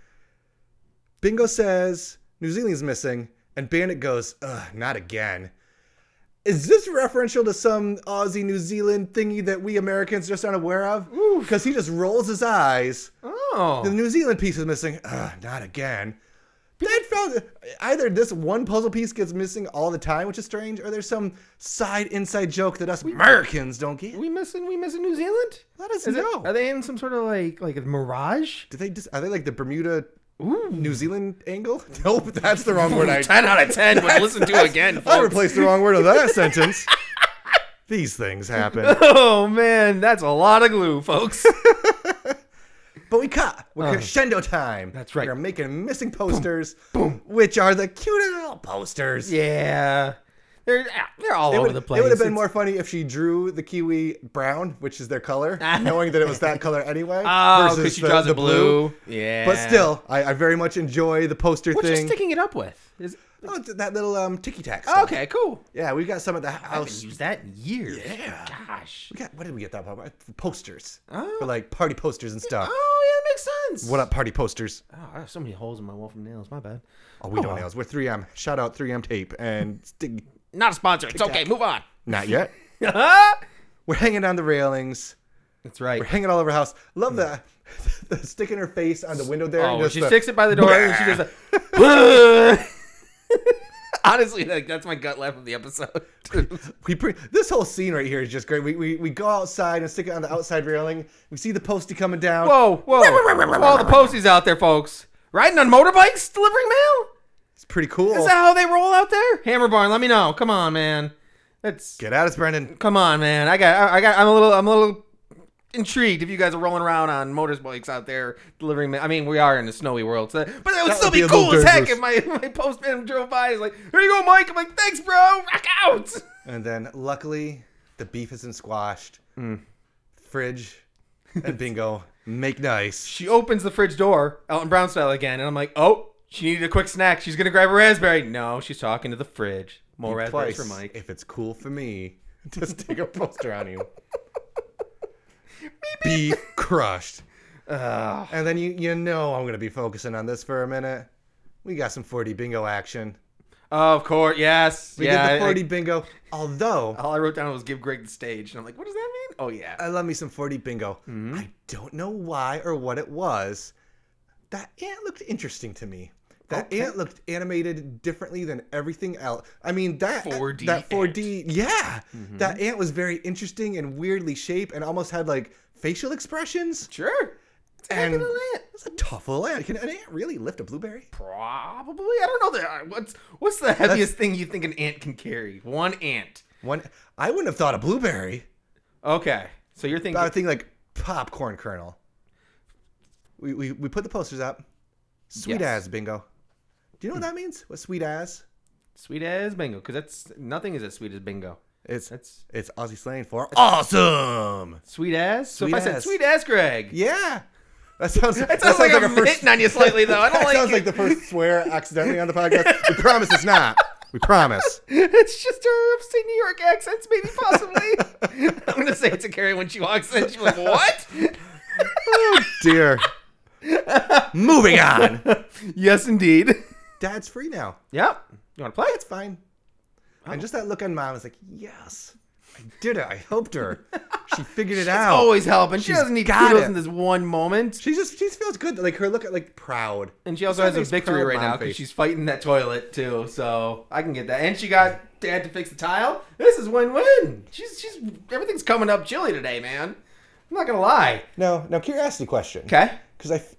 C: Bingo says New Zealand's missing, and Bandit goes, "Ugh, not again." Is this referential to some Aussie New Zealand thingy that we Americans just aren't aware of? Because he just rolls his eyes.
D: Oh,
C: The New Zealand piece is missing. Ugh, not again. That felt either this one puzzle piece gets missing all the time, which is strange, or there's some side inside joke that us Americans don't get.
D: we missing we missing New Zealand?
C: Let us
D: Is it-
C: know.
D: are they in some sort of like like a mirage?
C: Do they just are they like the Bermuda New Zealand angle? Nope, that's the wrong word. I,
D: Ten out of ten would listen to again.
C: I
D: Folks.
C: replaced the wrong word of that sentence. These things happen.
D: Oh man, that's a lot of glue, folks.
C: But we cut. We're
D: Uh-huh.
C: crescendo time.
D: That's right.
C: We're making missing posters, which are the cutest little posters.
D: yeah, they're ah, they're all
C: It
D: over
C: would-
D: the place.
C: It would have been
D: It's-
C: more funny if she drew the kiwi brown, which is their color, knowing that it was that color anyway.
D: Oh,
C: versus
D: because she draws the, blue. Yeah,
C: But still, I, I very much enjoy the poster
D: what you
C: thing.
D: sticking it up with? Is,
C: oh, th- that little um, ticky tack.
D: oh,
C: stuff.
D: okay, cool.
C: Yeah, we got some at the
D: I haven't
C: house.
D: used that in years.
C: Yeah.
D: Gosh.
C: We got what did we get that part? Posters
D: Oh.
C: for like party posters and stuff.
D: Oh yeah, that makes sense.
C: What up, party posters?
D: Oh, I have so many holes in my wall from nails. My bad.
C: Oh, we don't know. We're 3M. Shout out 3M tape and stig-
D: Not a sponsor. It's okay. Move on.
C: not yet. We're hanging on the railings.
D: That's right.
C: We're hanging all over the house. Love the, the sticking her face on the window there. and
D: Hmm. Oh,
C: just
D: she
C: the-
D: sticks it by the door and she does a. Honestly, like that's my gut laugh of the episode.
C: We pre- this whole scene right here is just great. We, we we go outside and stick it on the outside railing. We see the postie coming down.
D: whoa, whoa! For all the posties out there, folks, riding on motorbikes, delivering mail.
C: It's pretty cool.
D: Is that how they roll out there? Hammer barn, let me know. Come on, man. That's
C: Get at us, Brendan.
D: come on, man. I got, I got. I'm a little, I'm a little intrigued if you guys are rolling around on motorbikes out there delivering mail. I mean, we are in a snowy world, so, but it would still
C: would
D: be,
C: be a
D: cool as
C: little
D: heck if my my postman drove by. He's like, "Here you go, Mike." I'm like, "Thanks, bro. Rock out."
C: And then luckily, the beef isn't squashed.
D: Mm.
C: Fridge and Bingo make nice.
D: She opens the fridge door, Elton Brown style again, and I'm like, "Oh, she needed a quick snack. She's gonna grab a raspberry." No, she's talking to the fridge. More raspberries
C: Twice,
D: for Mike.
C: if it's cool for me, just take a poster on you. beef crushed.
D: Ugh.
C: And then you you know I'm gonna be focusing on this for a minute. We got some 40 bingo action.
D: Oh, of course, yes,
C: We
D: yeah.
C: get
D: I- Oh.
C: the 40 bingo. Although
D: all I wrote down was "Give Greg the stage," and I'm like, "What does that mean?" Oh yeah.
C: I love me some 40 bingo.
D: Mm-hmm.
C: I don't know why or what it was. That ant looked interesting to me. That
D: Okay.
C: ant looked animated differently than everything else. I mean that
D: 4D
C: that 4D, yeah.
D: Mm-hmm.
C: That ant was very interesting and weirdly shaped and almost had like facial expressions.
D: Sure. It's a
C: And-
D: happy little ant.
C: It's a tough little ant. Can an ant really lift a blueberry?
D: Probably. I don't know. That, what's what's the heaviest thing you think an ant can carry? One ant.
C: One I wouldn't have thought a blueberry.
D: Okay. So you're thinking.
C: I would think like popcorn kernel. We, we, we put the posters up. Sweet
D: Yes.
C: as bingo. Do you know what that means? What sweet as?
D: sweet as bingo, because that's nothing is as sweet as bingo.
C: It's
D: That's
C: it's Aussie slang for awesome.
D: sweet as. So if I
C: Sweet
D: said
C: as.
D: sweet as Greg,
C: Yeah, that sounds.
D: that sounds like, I'm hitting on you slightly though. I don't
C: that
D: like
C: sounds
D: it.
C: like the first swear accidentally on the podcast. We promise it's not. We promise.
D: It's just her obscene New York accents, maybe possibly. I'm gonna say it to Carrie when she walks in. She's like, "What?"
C: Dear. Moving on.
D: yes, indeed.
C: Dad's free now.
D: Yep. You want to play?
C: It's fine.
D: Oh.
C: And just that look on mom is like, yes, I did it. I helped her. She figured it out.
D: Always helping. She
C: She's
D: doesn't need
C: got
D: kudos
C: it.
D: in this one moment.
C: She just she feels good. Like her look at like proud.
D: And she also
C: Just
D: has a
C: makes
D: victory
C: proud
D: right
C: mom
D: now because
C: face.
D: she's fighting that toilet too. So I can get that. And she got dad to fix the tile. This is win-win. She's she's everything's coming up chilly today, man. I'm not gonna lie.
C: No, no curiosity question.
D: Okay.
C: Because I, f-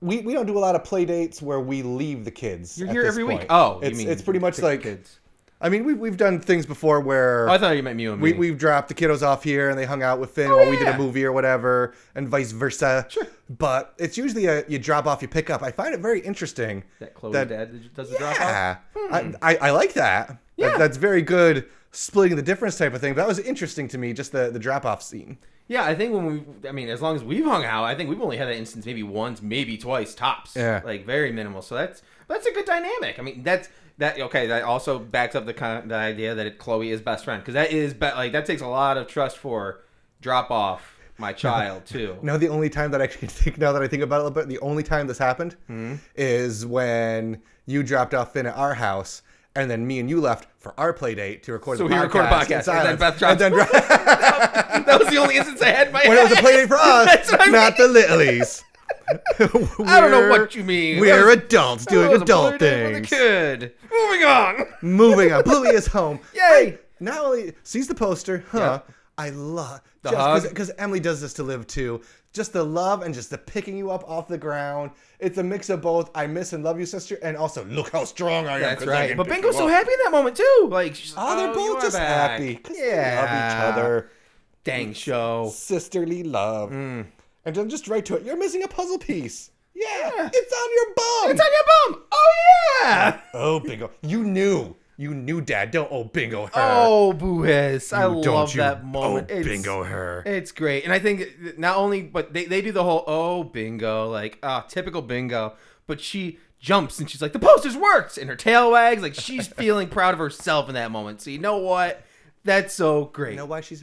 C: we we don't do a lot of play dates where we leave the kids.
D: You're
C: at
D: here
C: this
D: every week.
C: point.
D: Oh, you
C: it's
D: mean
C: it's pretty much
D: pick
C: like
D: kids.
C: I mean we've we've done things before where
D: Oh, I thought you meant you and
C: we
D: me.
C: we've dropped the kiddos off here and they hung out with Finn while we did
D: yeah.
C: a movie or whatever, and vice versa. Sure. But it's usually a you drop off, you pick up. I find it very interesting
D: that Chloe's dad does the drop off.
C: Yeah, I, I, I like that. That-
D: Yeah.
C: that's very good splitting the difference type of thing. But that was interesting to me, just the, the drop off scene.
D: Yeah, I think when we, I mean, as long as we've hung out, I think we've only had that instance maybe once, maybe twice tops.
C: Yeah.
D: like very minimal. So that's that's a good dynamic. I mean, that's that okay. That also backs up the con- the idea that Chloe is best friend because that is be- like that takes a lot of trust for drop off my child too.
C: Now the only time that I can think now that I think about it a little bit, the only time this happened
D: Hmm.
C: is when you dropped off Finn at our house, and then me and you left for our play date to record.
D: So
C: the
D: we
C: podcast
D: record a
C: in
D: podcast, and then
C: silence.
D: Beth drops.
C: And then dro-
D: that was the only instance I had in my
C: when it was a
D: head.
C: play date for us,
D: That's what I mean.
C: not the littlies.
D: I don't know
C: We're-
D: what you mean. That
C: We're
D: was-
C: adults
D: that was
C: doing
D: a
C: adult
D: play date
C: things.
D: For the kid. Moving on.
C: Moving on. Bluey is home.
D: Yay!
C: Not only sees the poster, huh? I love just
D: hug.
C: because Emily does this to live too. Just the love and just the picking you up off the ground. It's a mix of both. I miss and love you, sister, and also look how strong I am.
D: That's
C: 'cause I
D: right.
C: can
D: But
C: pick
D: Bingo's
C: you
D: so
C: up."
D: happy in that moment too. Like, she's like,
C: Oh, they're
D: you
C: both
D: are
C: just
D: back."
C: happy because they love each other.
D: Dang show.
C: Sisterly love.
D: Mm.
C: And then just right to it. You're missing a puzzle piece. Yeah, it's on your bum.
D: It's on your bum. Oh yeah.
C: oh, bingo. You knew. You knew, Dad. Don't oh bingo her.
D: Oh, boohoo! I
C: don't
D: love
C: you
D: that moment.
C: oh, bingo her.
D: It's great, and I think not only, but they, they do the whole oh bingo, like ah typical bingo. But she jumps and she's like, the posters worked, and her tail wags like she's feeling proud of herself in that moment. So you know what? That's so great.
C: You know why she's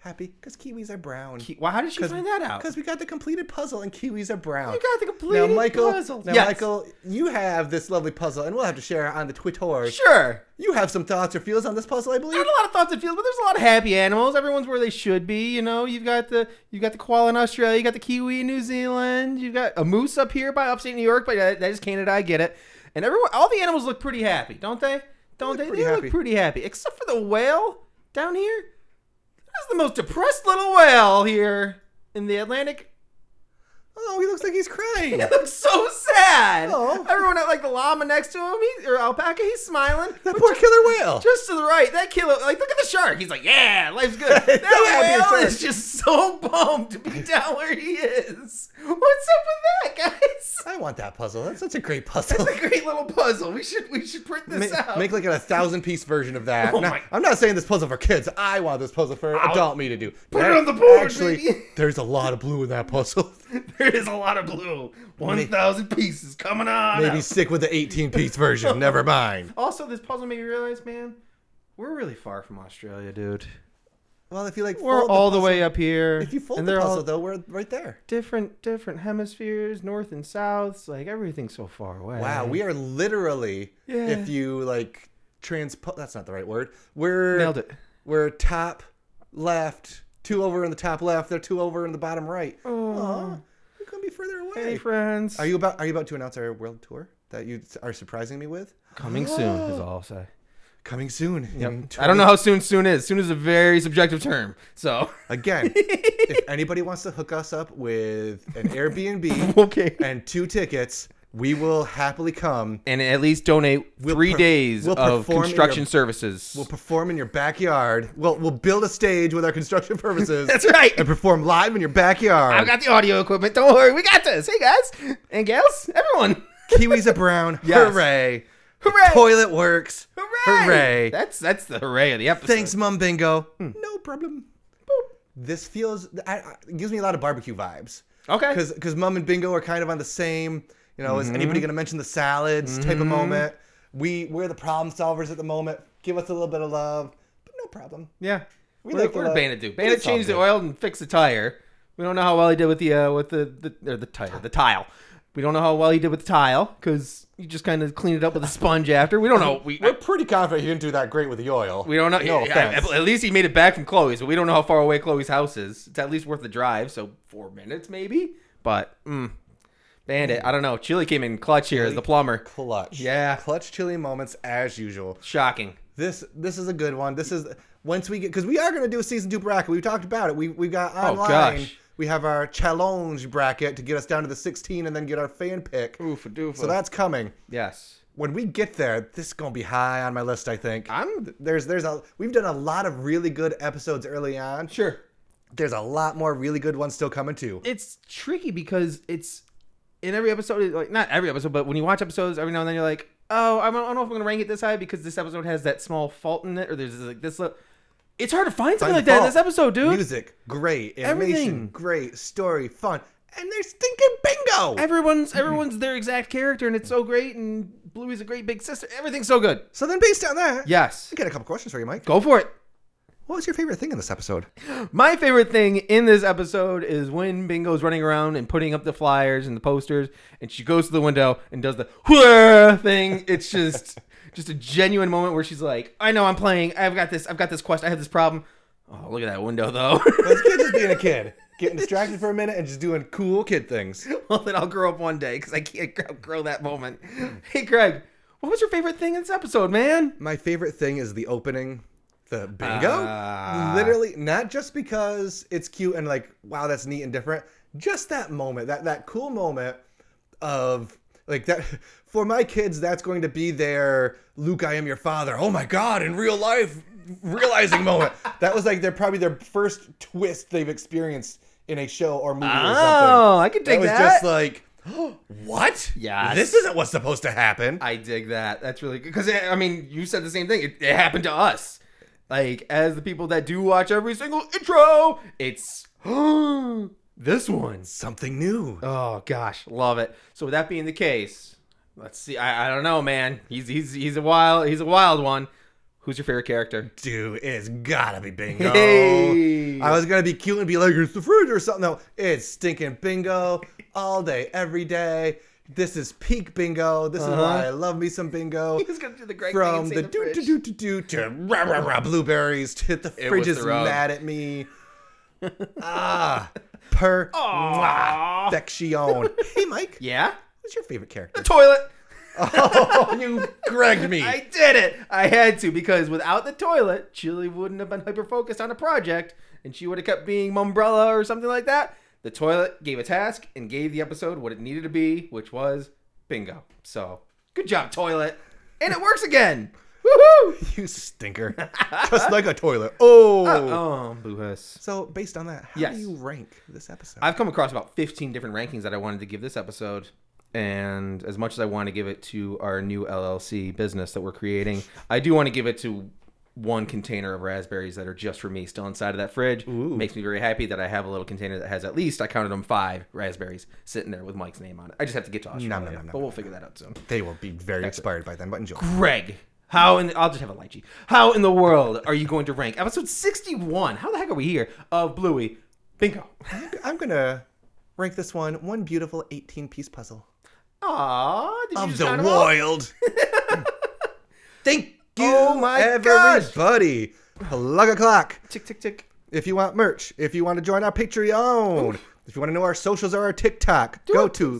C: happy? Because kiwis are brown.
D: Ki- Why? How did she find that out?
C: Because we got the completed puzzle and kiwis are brown.
D: You got the completed
C: now, Michael,
D: puzzle.
C: Now,
D: Yes.
C: Michael, you have this lovely puzzle, and we'll have to share it on the Twitter.
D: Sure.
C: You have some thoughts or feels on this puzzle, I
D: I
C: believe.
D: had a lot of thoughts and feels, but there's a lot of happy animals. Everyone's where they should be. You know, you've got the you got the koala in Australia, you got the kiwi in New Zealand, you've got a moose up here by upstate New York, but that, that is Canada. I get it. And everyone, all the animals look pretty happy, don't they? Don't
C: They
D: they?
C: look
D: They,
C: pretty happy.
D: look pretty happy, except for the whale down here. That's the most depressed little whale here in the Atlantic.
C: Oh, he looks like he's crying.
D: It looks so sad.
C: Oh.
D: Everyone at like the llama next to him, he, or alpaca, he's smiling.
C: that poor killer whale.
D: Just to the right, that killer. Like, look at the shark. He's like, yeah, life's good. That
C: So happy
D: whale
C: shark.
D: is just so bummed to be down where he is. What's up with that, guys?
C: I want that puzzle. That's such a great puzzle.
D: That's a great little puzzle. We should we should print this
C: Ma-
D: out.
C: Make like a thousand piece version of that.
D: Oh
C: Now,
D: my-
C: I'm not saying this puzzle for kids. I want this puzzle for adult me to do. Put
D: it on the board,
C: Actually,
D: baby.
C: there's a lot of blue in that puzzle.
D: there is a lot of blue. One thousand pieces coming on.
C: Maybe
D: out.
C: stick with the 18 piece version. Never mind.
D: Also, this puzzle made me realize, man, we're really far from Australia, dude.
C: Well, if you like,
D: We're
C: fold
D: all the,
C: puzzle-
D: way up here.
C: If you fold
D: and
C: the
D: they're
C: puzzle,
D: all
C: though, we're right there.
D: different different hemispheres, north and south. Like everything's so far away.
C: Wow, we are literally.
D: Yeah.
C: If you like transpo, that's not the right word. We're
D: nailed it.
C: We're top left, two over in the top left. They're two over in the bottom right. Aw, we're gonna be further away.
D: Oh. Hey, friends.
C: are you about Are you about to announce our world tour that you s- are surprising me with?
D: Coming soon is all I'll say.
C: Coming soon. in
D: I don't
C: 20
D: know how soon soon is. Soon is a very subjective term. So
C: Again, if anybody wants to hook us up with an Airbnb
D: Okay.
C: and two tickets, we will happily come.
D: and at least donate three
C: per-
D: days
C: we'll
D: of
C: perform in
D: construction
C: your-
D: services.
C: We'll perform in your backyard. We'll we'll build a stage with our construction purposes.
D: That's right.
C: And perform live in your backyard.
D: I've got the audio equipment. Don't worry, we got this. Hey guys and gals, everyone,
C: Kiwis are brown.
D: Yes.
C: Hooray!
D: hooray!
C: Toilet works.
D: hooray!
C: Hooray!
D: That's that's the hooray of the episode.
C: Thanks, Mum Bingo. No problem. Hmm. Boop. This feels I, I, it gives me a lot of barbecue vibes.
D: Okay.
C: Because Mm-hmm. because Mum and Bingo are kind of on the same. You know, is anybody going to mention the salads type of moment? We we're the problem solvers at the moment. Give us a little bit of love, but no problem.
D: Yeah.
C: We
D: We are
C: like
D: like
C: to
D: what did
C: let-
D: Bandit do?
C: we
D: Bandit
C: like
D: changed the
C: something.
D: oil and fixed the tire. We don't know how well he did with the uh, with the the, or the tire, the tile. We don't know how well he did with the tile because you just kind of cleaned it up with a sponge after. We don't know. We
C: We're pretty confident he didn't do that great with the oil.
D: we don't know.
C: No
D: I- I-
C: offense.
D: at least he made it back from Chloe's, but we don't know how far away Chloe's house is. It's at least worth the drive, so four minutes maybe. But mm, Bandit,
C: Mm.
D: I don't know. Chili came in clutch here as the plumber.
C: clutch.
D: Yeah.
C: Clutch chili moments as usual.
D: Shocking.
C: This this is a good one. This is once we get because we are going to do a season two bracket. We've talked about it. We we got online.
D: Oh, gosh.
C: We have our challenge bracket to get us down to the 16 and then get our fan pick.
D: Oofa doofa.
C: So that's coming.
D: yes.
C: When we get there, this is going to be high on my list. I think.
D: I'm-
C: there's there's a we've done a lot of really good episodes early on.
D: Sure.
C: There's a lot more really good ones still coming too.
D: it's tricky because it's in every episode it- like not every episode but when you watch episodes every now and then you're like oh i don't I don't know if i'm gonna rank it this high because this episode has that small fault in it or there's like this little it's hard to find something like that in this episode dude
C: Music great, animation
D: Everything.
C: great, story fun, and they're stinking bingo.
D: everyone's everyone's their exact character and it's so great and bluey's a great big sister everything's so good
C: so then based on that,
D: yes
C: I got a couple questions for you, Mike.
D: go for it
C: What was your favorite thing in this episode?
D: My favorite thing in this episode is when Bingo's running around and putting up the flyers and the posters, and she goes to the window and does the "Hurrah" thing. It's just just a genuine moment where she's like, "I know I'm playing. I've got this. I've got this quest. I have this problem." Oh, look at that window though.
C: This kid just being a kid, getting distracted for a minute and just doing cool kid things.
D: well, then I'll grow up one day because I can't grow- grow that moment. Hey, Greg, what was your favorite thing in this episode, man?
C: My favorite thing is the opening, the bingo.
D: Ah.
C: Literally, not just because it's cute and like, wow, that's neat and different. Just that moment, that that cool moment of like that for my kids, that's going to be their Luke, I am your father. Oh my god, in real life, realizing moment. That was like their probably their first twist they've experienced in a show or movie or something.
D: Oh, I could
C: It
D: take
C: was
D: that.
C: just like, what?
D: Yes.
C: This isn't what's supposed to happen.
D: I dig that. That's really good. Because, I mean, you said the same thing. It, it happened to us. Like, as the people that do watch every single intro, it's this one.
C: Something new.
D: Oh, gosh. Love it. So, with that being the case, let's see. I, I don't know, man. He's, he's, he's a wild, he's a wild one. Who's your favorite character?
C: Dude, it's gotta be bingo.
D: Hey.
C: I was gonna be cute and be like, it's the fruit or something. No, it's stinking bingo all day, every day. This is peak bingo. This is why I love me some bingo.
D: Uh-huh. He's gonna do the Greg thing
C: From
D: and say
C: the
D: the
C: do
D: fridge.
C: do do do do to rah rah rah blueberries to the
D: It
C: fridge
D: was
C: is
D: the road.
C: mad at me. ah, per
D: Aw.
C: affection. Hey, Mike,
D: Yeah?
C: what's your favorite character?
D: Toilet.
C: oh, you Gregged me.
D: I did it. I had to because without the toilet, Chili wouldn't have been hyper focused on a project, and she would have kept being Mumbrella or something like that. The toilet gave a task and gave the episode what it needed to be, which was bingo. So good job, toilet, and it works again. Woohoo!
C: You stinker. Just like a toilet. Oh.
D: Oh, boo hiss.
C: So, based on that, how
D: Yes.
C: do you rank this episode?
D: I've come across about 15 different rankings that I wanted to give this episode. And as much as I want to give it to our new LLC business that we're creating, I do want to give it to one container of raspberries that are just for me still inside of that fridge. Makes me very happy that I have a little container that has at least, I counted them five raspberries sitting there with Mike's name on it. I just have to get to Australia,
C: nom, nom,
D: but we'll figure that out soon.
C: they will be very expired by then, but enjoy.
D: Greg, how in the, I'll just have a lychee. How in the world are you going to rank episode 61? How the heck are we here? Of Bluey. Bingo.
C: I'm going to rank this one one beautiful 18 piece puzzle.
D: Aw, did you
C: Of
D: just
C: the
D: count 'em all?
C: wild. Thank you,
D: Oh my gosh.
C: everybody. Plug a clock.
D: Tick tick tick.
C: If you want merch, if you want to join our Patreon, if you want to know our socials or our TikTok, go to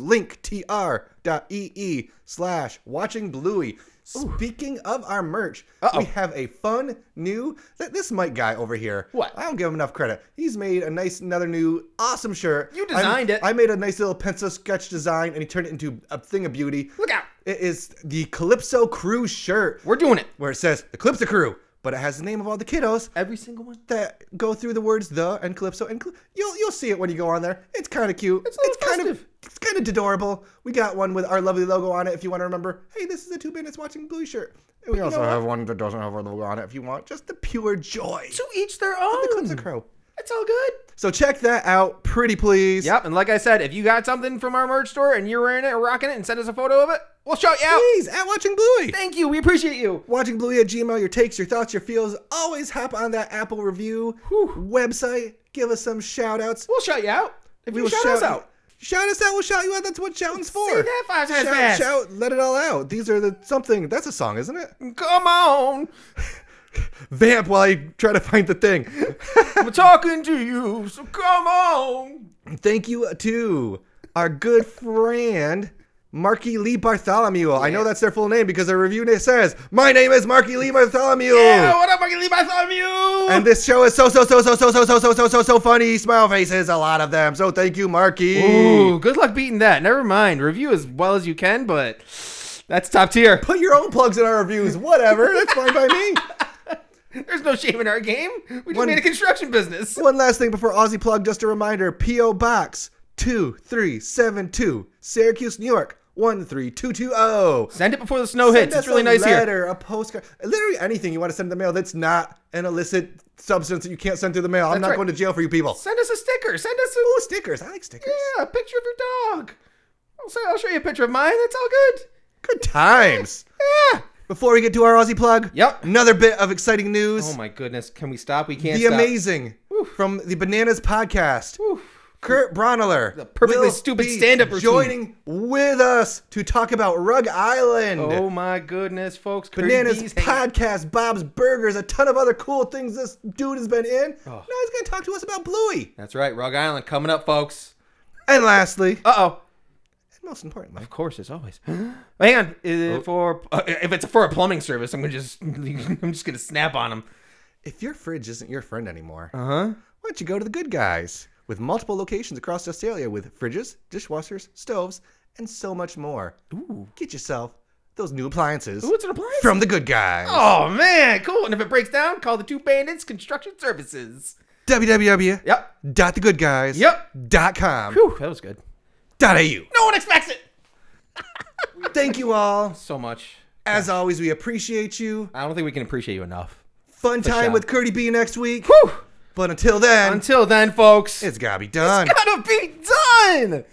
C: linktr.ee slash watching Bluey. Speaking of our merch, we have a fun new th- this Mike guy over here.
D: What?
C: I don't give him enough credit. He's made a nice another new awesome shirt.
D: You designed
C: I,
D: it.
C: I made a nice little pencil sketch design and he turned it into a thing of beauty.
D: Look out.
C: It is the Calypso Crew shirt
D: We're doing it.
C: where it says the Calypso Crew, but it has the name of all the kiddos
D: Every single one.
C: that go through the words the and calypso and cl- you'll you'll see it when you go on there. It's kind of cute. It's,
D: a little
C: kind of
D: festive.
C: it's kind of adorable. We got one with our lovely logo on it. If you want to remember, hey, this is a two minutes watching blue shirt. And We also have one that doesn't have our logo on it. If you want, just the pure joy.
D: To each their own.
C: The Calypso Crow.
D: It's all good.
C: So check that out, pretty please.
D: Yep. And like I said, if you got something from our merch store and you're wearing it or rocking it and send us a photo of it, we'll shout you out.
C: Please, at Watching Bluey.
D: Thank you. We appreciate you.
C: Watching Bluey at Gmail, your takes, your thoughts, your feels. Always hop on that Apple review website. Give us some shout outs.
D: We'll shout you out. If you shout, us out.
C: Shout us out. We'll shout you out. That's what shouting's for.
D: Say that five times
C: shout,
D: fast.
C: shout, let it all out. These are the something. That's a song, isn't it?
D: Come on.
C: Vamp while I try to find the thing.
D: I'm talking to you. So come on.
C: Thank you to our good friend, Marky Lee Bartholomew. I know that's their full name because their review says, My name is Marky Lee Bartholomew.
D: Yeah, what up, Marky Lee Bartholomew?
C: And this show is so so so so so so so so so so so funny. Smile faces, a lot of them. So thank you, Marky.
D: Ooh, good luck beating that. Never mind. Review as well as you can, but that's top tier.
C: Put your own plugs in our reviews. Whatever, that's fine by me.
D: There's no shame in our game. We just
C: One-
D: made a construction business.
C: One last thing before Aussie plug, just a reminder: PO Box two three seven two, Syracuse, New York one three two two zero.
D: Send it before the snow hits. It's really
C: a
D: nice
C: letter,
D: here.
C: a postcard, literally anything you want to send in the mail that's not an illicit substance that you can't send through the mail. I'm
D: That's
C: not
D: right.
C: going to jail for you people.
D: Send us a sticker. Send us
C: Ooh,
D: a,
C: stickers. I like stickers.
D: yeah, a picture of your dog. I'll, say, I'll show you a picture of mine. That's all good.
C: Good times.
D: Yeah.
C: Before we get to our Aussie plug,
D: Yep.
C: another bit of exciting news.
D: Oh my goodness. Can we stop? We can't
C: the
D: stop.
C: amazing from the Bananas podcast, Kurt Broneler, the
D: perfectly stupid stand-up routine.
C: joining with us to talk about Rug Island.
D: Oh my goodness, folks. Cardi
C: Bananas
D: B's hanging-
C: podcast, Bob's Burgers, a ton of other cool things this dude has been in.
D: Oh.
C: Now he's going to talk to us about Bluey.
D: That's right. Rug Island coming up, folks.
C: And lastly,
D: Uh oh.
C: and most importantly,
D: Of course, as always. Hang on, is it for uh, if it's for a plumbing service, I'm gonna just I'm just gonna snap on them.
C: if your fridge isn't your friend anymore,
D: Uh huh.
C: why don't you go to the good guys with multiple locations across australia with fridges dishwashers stoves and so much more Ooh. get yourself those new appliances
D: Ooh, it's an appliance.
C: from the good guys
D: oh man, cool. And if it breaks down, call the two bandits construction services.
C: www.thegoodguys.com
D: Yep. Yep. Whew, that was good.
C: dot au.
D: No one expects it.
C: thank you all
D: So much.
C: as always we appreciate you
D: I don't think we can appreciate you enough.
C: fun time
D: sure.
C: with Curdy b next week
D: Whew.
C: but until then
D: Until then, folks,
C: it's gotta be done
D: gotta be done.